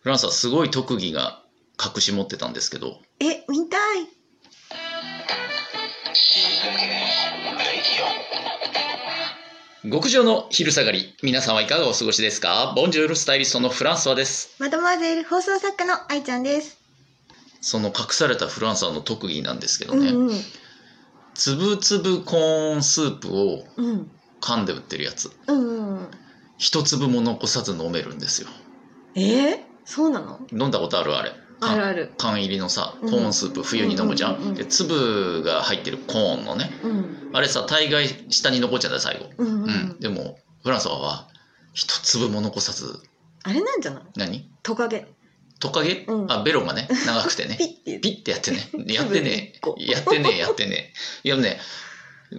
フランスはすごい特技が隠し持ってたんですけどえ、見たい。極上の昼下がり皆さんはいかがお過ごしですかボンジュールスタイリストのフランスはですマドモアゼル放送作家の愛ちゃんです。その隠されたフランスはの特技なんですけどうね、んうん。つぶつぶコーンスープをうん。噛んで売ってるやつうんうん。一粒も残さず飲めるんですよえー、そうなの飲んだことあるあれある缶ある。缶入りのさコうんーンスープ、冬に飲むじゃん,、うんうんうんうんで粒が入ってるコーンのねうん。あれさ大概下に残っちゃうんだよ最後、うんうん、ううんんでもフランスは一粒も残さずあれなんじゃない何トカゲ。トカゲ、うんあベロがね長くてね ピッて。ピッてやってね やってね粒一個やってねやってねいやね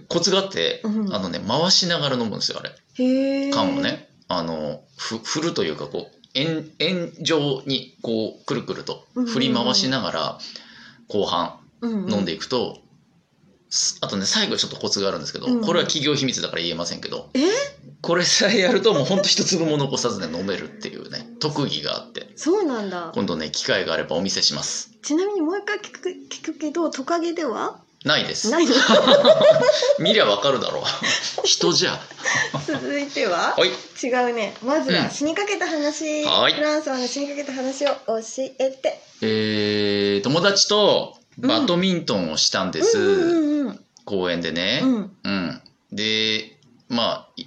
コツがあって、うんあのね回しながら飲むんですよあれへえ。缶を。ねあのふ振るというかこう円円状にこうくるくると振り回しながら後半うん、うん。飲んでいくと、すあとね最後ちょっとコツがあるんですけど、うんこれは企業秘密だから言えませんけどえこれさえやるともうほんと一粒も残さずね飲めるっていうね特技があってそうなんだ。今度ね機会があればお見せしますちなみにもう一回聞く聞くけど、トカゲではないですないの見りゃわかるだろう人じゃ 続いてははい違うね。まずうはん死にかけた話。はいフランスはの死にかけた話を教えて。えー、友達とバドミントンをしたんです、うんうんうん公園でねうん。うんうん、でまあい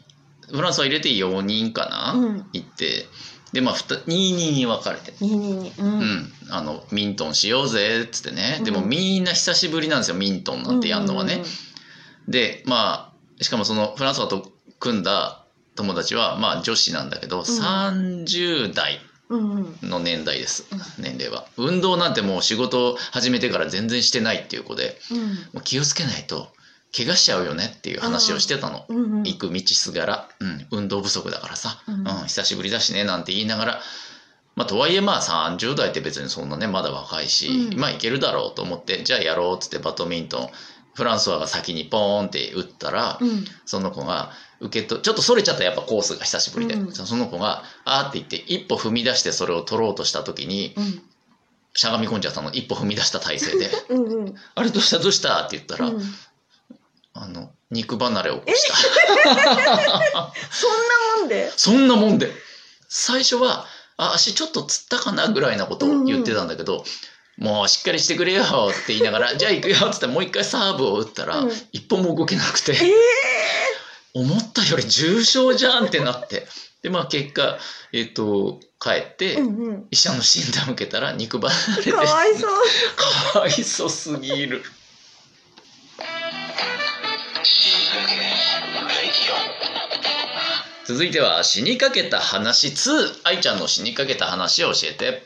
フランスは入れて4人かな、うん。行ってでまあ2人に分かれていいねいいね。う。うんん、あのミントンしようぜっつってねでもうんみんな久しぶりなんですよミントンなんてやんのはね、ううでまあしかもそのフランスと組んだ友達はまあ女子なんだけど、30代うんうん。の年代ですう年齢は運動なんてもう仕事始めてから全然してないっていう子でもう気をつけないと怪我しちゃうよねっていう話をしてたの、うんうんうん。行く道すがら、うん、運動不足だからさ、ううんん久しぶりだしねなんて言いながら、まあ、とはいえまあ30代って別にそんなねまだ若いし、うんまあいけるだろうと思ってじゃあやろうっつってバドミントンフランソワが先にポーンって打ったら、うん。その子が受けとちょっとそれちゃったやっぱコースが久しぶりで、うんその子が「あ」って言って一歩踏み出してそれを取ろうとした時にうん。しゃがみ込んじゃったの一歩踏み出した体 勢で「うんうん。うんあれどうしたどうした?」って言ったら、あの肉離れを起こした。そんなもんで。そんなもんで最初はあ足ちょっとつったかなぐらいなことを言ってたんだけど、もうしっかりしてくれよって言いなが らじゃあ行くよっつってもう一回サーブを打ったら、うん一歩も動けなくて、え思ったより重症じゃんってなってでまあ結果えっ、と帰って、え。うんうん。医者の診断を受けたら肉離れてかわいそう。かわいそうすぎる続いては死にかけた話2愛ちゃんの死にかけた話を教えて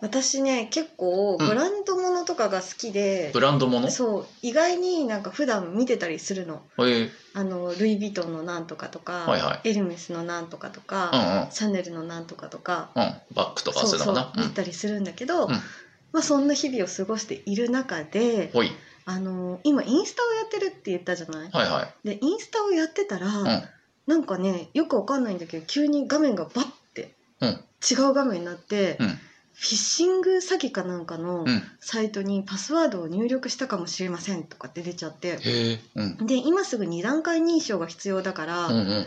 私ね、結構ブランドものとかが好きでブ。ランドものそう、意外になんか普段見てたりするの。えーあのルイ・ヴィトンのなんとかとか、はいはエルメスのなんとかとか、うんうんシャネルのなんとかとか、うん、バッグとかそういうのかな。見たりするんだけど、うんまあ、そんな日々を過ごしている中で、ほい、あの今インスタをやってるって言ったじゃない、はいはい。でインスタをやってたら、んなんかねよくわかんないんだけど急に画面がバッて、うん違う画面になって、うんフィッシング詐欺かなんかのうん、へサイトにパスワードを入力したかもしれませんとかって出ちゃって。え、うん、で今すぐ2段階認証が必要だから、うんうん、っ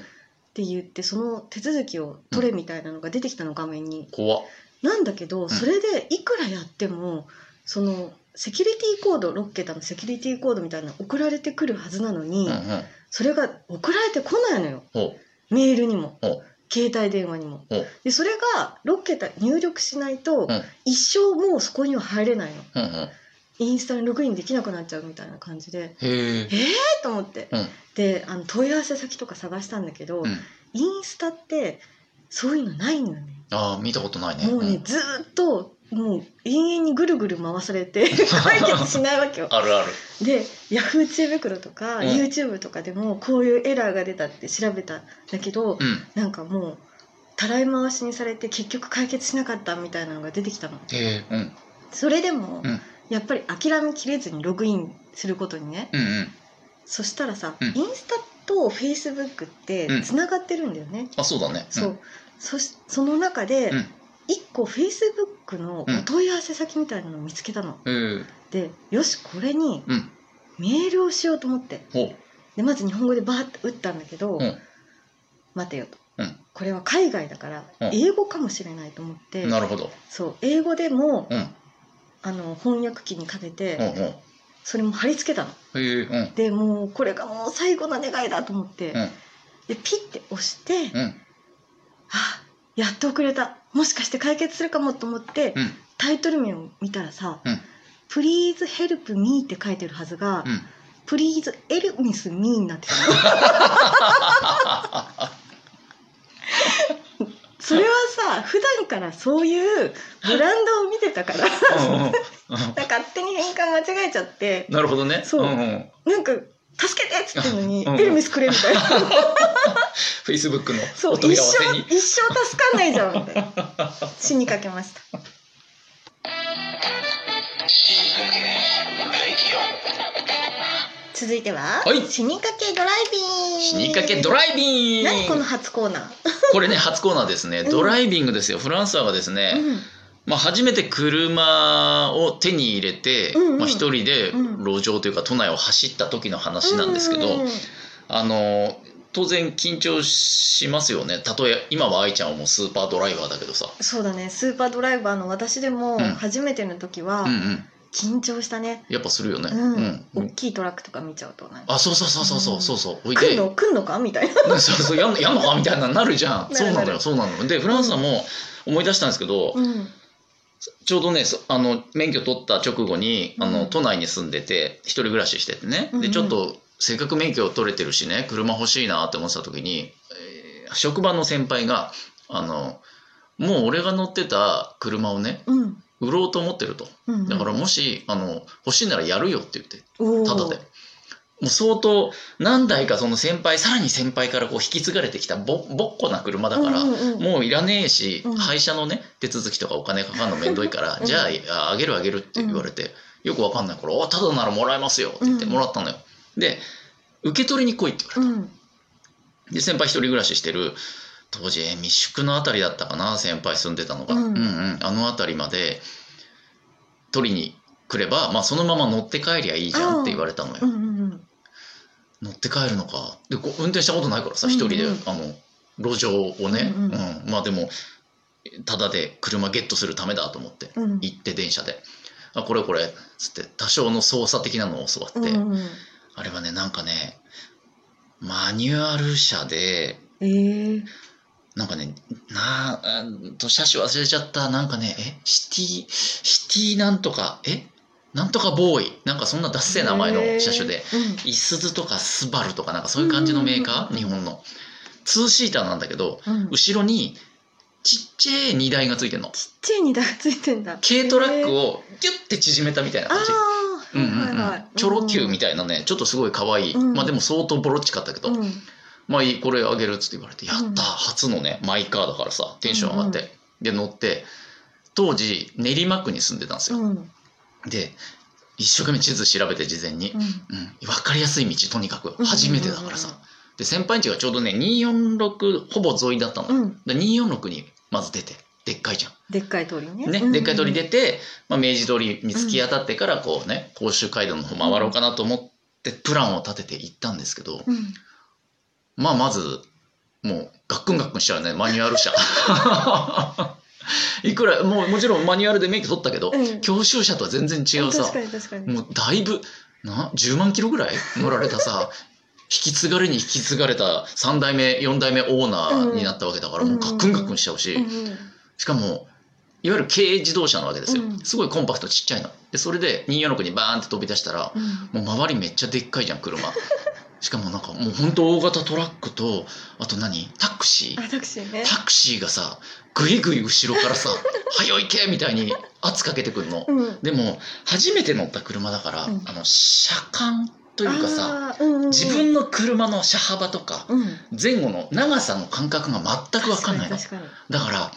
て言ってその手続きを取れみたいなのが出てきたの画面に、怖っ。なんだけどそれでいくらやってもそのセキュリティコード6桁のセキュリティコードみたいなの送られてくるはずなのうに、んうん、それが送られてこないのよほメールにもう、ほ携帯電話にもう、ほう、でそれが6桁入力しないうと、ん一生もうそこには入れないのうんうん、インスタにログインできなくなっちゃうみたいな感じでへえ、えっと思って、うんであの問い合わせ先とか探したんだけど、うん、インスタってそういうのないのよねああ、見たことないね。もうね、ずーっともう永遠にぐるぐる回さ れて解決しないわけようん、。あるある。でヤフー知恵袋とか、うん YouTube とかでもこういうエラーが出たって調べたんだけど、うなんかもうたらい回しにされて結局解決しなかったみたいなのが出てきたの。ん、へえ、うん、それでも、うんやっぱり諦めきれずにログインすることにねうんうん。そしたらさ、うんインスタと Facebook ってうんつながってるんだよね。あ、そうだね。そうそしその中で、うん一個フェイスブックのお問い合わせ先みたいなのを見つけたの、うん。でよしこれにうんメールをしようと思ってほでまず日本語でバーって打ったんだけど、うん待てよと、うんこれは海外だからうん英語かもしれないと思って、う。なるほど。そう英語でもうん。あの翻訳機にかけて、ほうほそれも貼り付けたのう。へえ。うん。でもうこれがもう最後の願いだと思って、うんでピッて押して、うはん。あやっと遅れたもしかして解決するかもと思って、うん。タイトル名を見たらさうん「プリーズヘルプミー」って書いてるはずがうん。 「プリーズエルミスミー」になっ てたそれはさ普段からそういうブランドを見てたからうんうん勝手に変換間違えちゃってなるほどね。そうんうん。なんか「助けて!」っつってんのに「うんエルミスくれ」みたいなフェイスブックの そうお問一い合わ生せに。一生助かんないじゃんみたいな死にかけました続いては、はい死にかけドライビン グ死にかけドライビン何このグ初コーナー、これね初コーナーですね、うんドライビングですよフランスアーがですね、うんまあ、初めて車を手に入れて、うんうんまあ、一人でうん路上というか都内を走った時の話なんですけど、うんあの当然緊張しますよね例え今は愛ちゃんはもうスーパードライバーだけどさ、そうだねスーパードライバーの私でもん初めての時はうんうん、緊張したね、やっぱするよね、うんうん大きいトラックとか見ちゃうとなんかあそうそうそうそうそうそうそうおい来でんの来んのかみたいなうんそうそうやんやんのかみたいなのなるじゃんなるそうななのよるそうなのでフランスさんも思い出したんですけど、うんちょうどねそあの免許取った直後にあの、うん都内に住んでて一人暮らししててね、うんうでんちょっとせっかく免許取れてるしね車欲しいなって思ってた時に、えー職場の先輩があのもう俺が乗ってた車をねうん売ろうと思ってるとうんだからもし、あの欲しいならやるよって言っておーただで。もう相当何台かその先輩さらに先輩からこう引き継がれてきたぼぼっこな車だから、うんうんうんもういらねえし、うん廃車のね手続きとかお金かかるのめんどいから、うんじゃあああげるあげるって言われて、よくわかんないから「おただならもらえますよ」って言ってうんもらったのよ。で受け取りに来いって言われて、うんで先輩一人暮らししてる当時えー密宿の辺りだったかな先輩住んでたのが、ううんん、うんあの辺りまで取りに来れば、まあ、そのまま乗って帰りゃいいじゃんって言われたのよ。うんうん乗って帰るのかでこう運転したことないからさうんう一ん人で、あの路上をね、ううんんうんまあでもただで車ゲットするためだと思ってうんうん行って電車で「あこれこれ」つって多少の操作的なのを教わって、うんうんうんあれはねなんかねマニュアル車でえーなんかねなあうんと車種忘れちゃったなんかねえシティシティなんとかえなんとかボーイなんかそんなダッセー名前の車種で。えーいすずとかスバルとかなんかそういう感じのメーカー、うん日本のツーシーターなんだけどうんうんちっ後ろにちっちゃい荷台がついてるのちゃい荷台がついてんだ軽トラックををギュッて縮めたみたいなあ感じ、あうんーはいうんうはいはいん、チョロ Q みたいなねちょっとすごい可愛い、うんまあでも相当ボロっちかったけど、うんまあいいこれあげるっつって言われてやった、うん初のねマイカーだからさテンション上がって、うんで乗って当時練馬区に住んでたんですよ、うんで一生懸命地図調べて事前にう、んうん、分かりやすい道とにかくうん初めてだからさ、で先輩んちがちょうどね246ほぼ沿いだったの、うんで246にまず出てでっかいじゃでっかい通りねん、ねうんうんでっかい通り出て、まあ、明治通りに突き当たってからこうね甲州街道の方回ろうかなと思ってプランを立てて行ったんですけど、うんまあまずもうガックンガックンしちゃうねマニュアル 車いくらもうもちろんマニュアルで免許取ったけど、うん教習車とは全然違うさ確かに確かにもうだいぶな10万キロぐらい乗られたさ 引き継がれに引き継がれた3代目4代目オーナーになったわけだから、うんもうガックンガックンしちゃうし、うんうんしかもいわゆる軽自動車なわけですよ、うんすごいコンパクトちっちゃいのでそれで246にバーンって飛び出したらうんもう周りめっちゃでっかいじゃん 車しかもなんかもうほんと大型トラックとあと何タクシーあタクシーねタクシーがさぐいぐい後ろからさ「早いけ!」みたいに圧かけてくんのうんでも初めて乗った車だから、うんあの車間というかさあーうんうんうん自分の車の車幅とかうん前後の長さの感覚が全く分かんないの確かにだから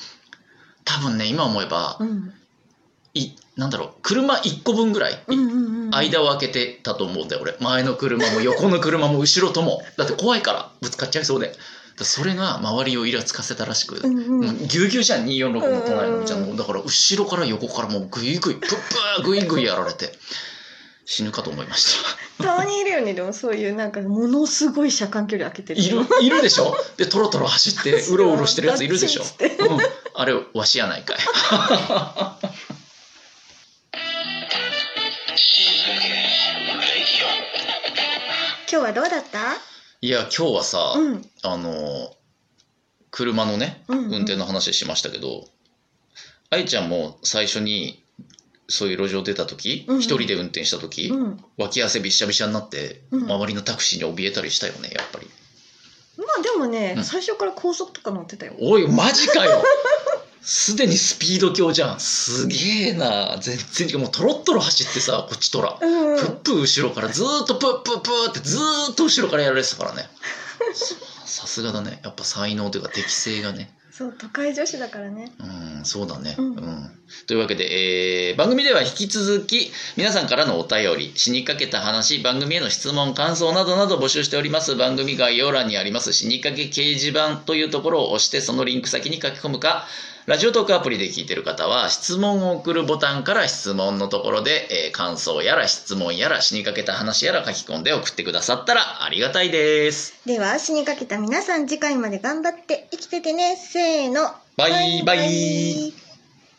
多分ね今思えば、確かにうんいなんだろう車1個分ぐらい、うんうんうん間を空けてたと思うんだよ俺前の車も横の車も後ろともだって怖いからぶつかっちゃいそうでらそれが周りをイラつかせたらしく、うんうんもうぎゅうぎゅうじゃん246の隣のみちゃんうんうもだから後ろから横からもうグイグイプップーグイグイやられて死ぬかと思いました たまにいるよねでもそういうなんかものすごい車間距離空けているいるでしょでトロトロ走ってうろうろしてるやついるでしょ、 ガッチンっつってうん、あれわしやない かい今日はどうだったいや今日はさ、うんあの車のねうんうん運転の話しましたけど愛ちゃんも最初にそういう路上出た時うん一人で運転した時うん脇汗びっしゃびしゃになってうん周りのタクシーに怯えたりしたよねやっぱりまあでもね、うん最初から高速とか乗ってたよおいマジかよすでにスピード強じゃんすげえな全然違うもうトロットロ走ってさこっちとらうんプップー後ろからずーっとプップープーってずーっと後ろからやられてたからねささすがだねやっぱ才能というか適性がねそう都会女子だからねうん、そうだね、ううんんというわけで、えー番組では引き続き皆さんからのお便り死にかけた話番組への質問感想などなど募集しております番組概要欄にあります死にかけ掲示板というところを押してそのリンク先に書き込むかラジオトークアプリで聞いてる方は質問を送るボタンから質問のところで、えー感想やら質問やら死にかけた話やら書き込んで送ってくださったらありがたいですでは死にかけた皆さん次回まで頑張って生きててねせーのバイバイバイ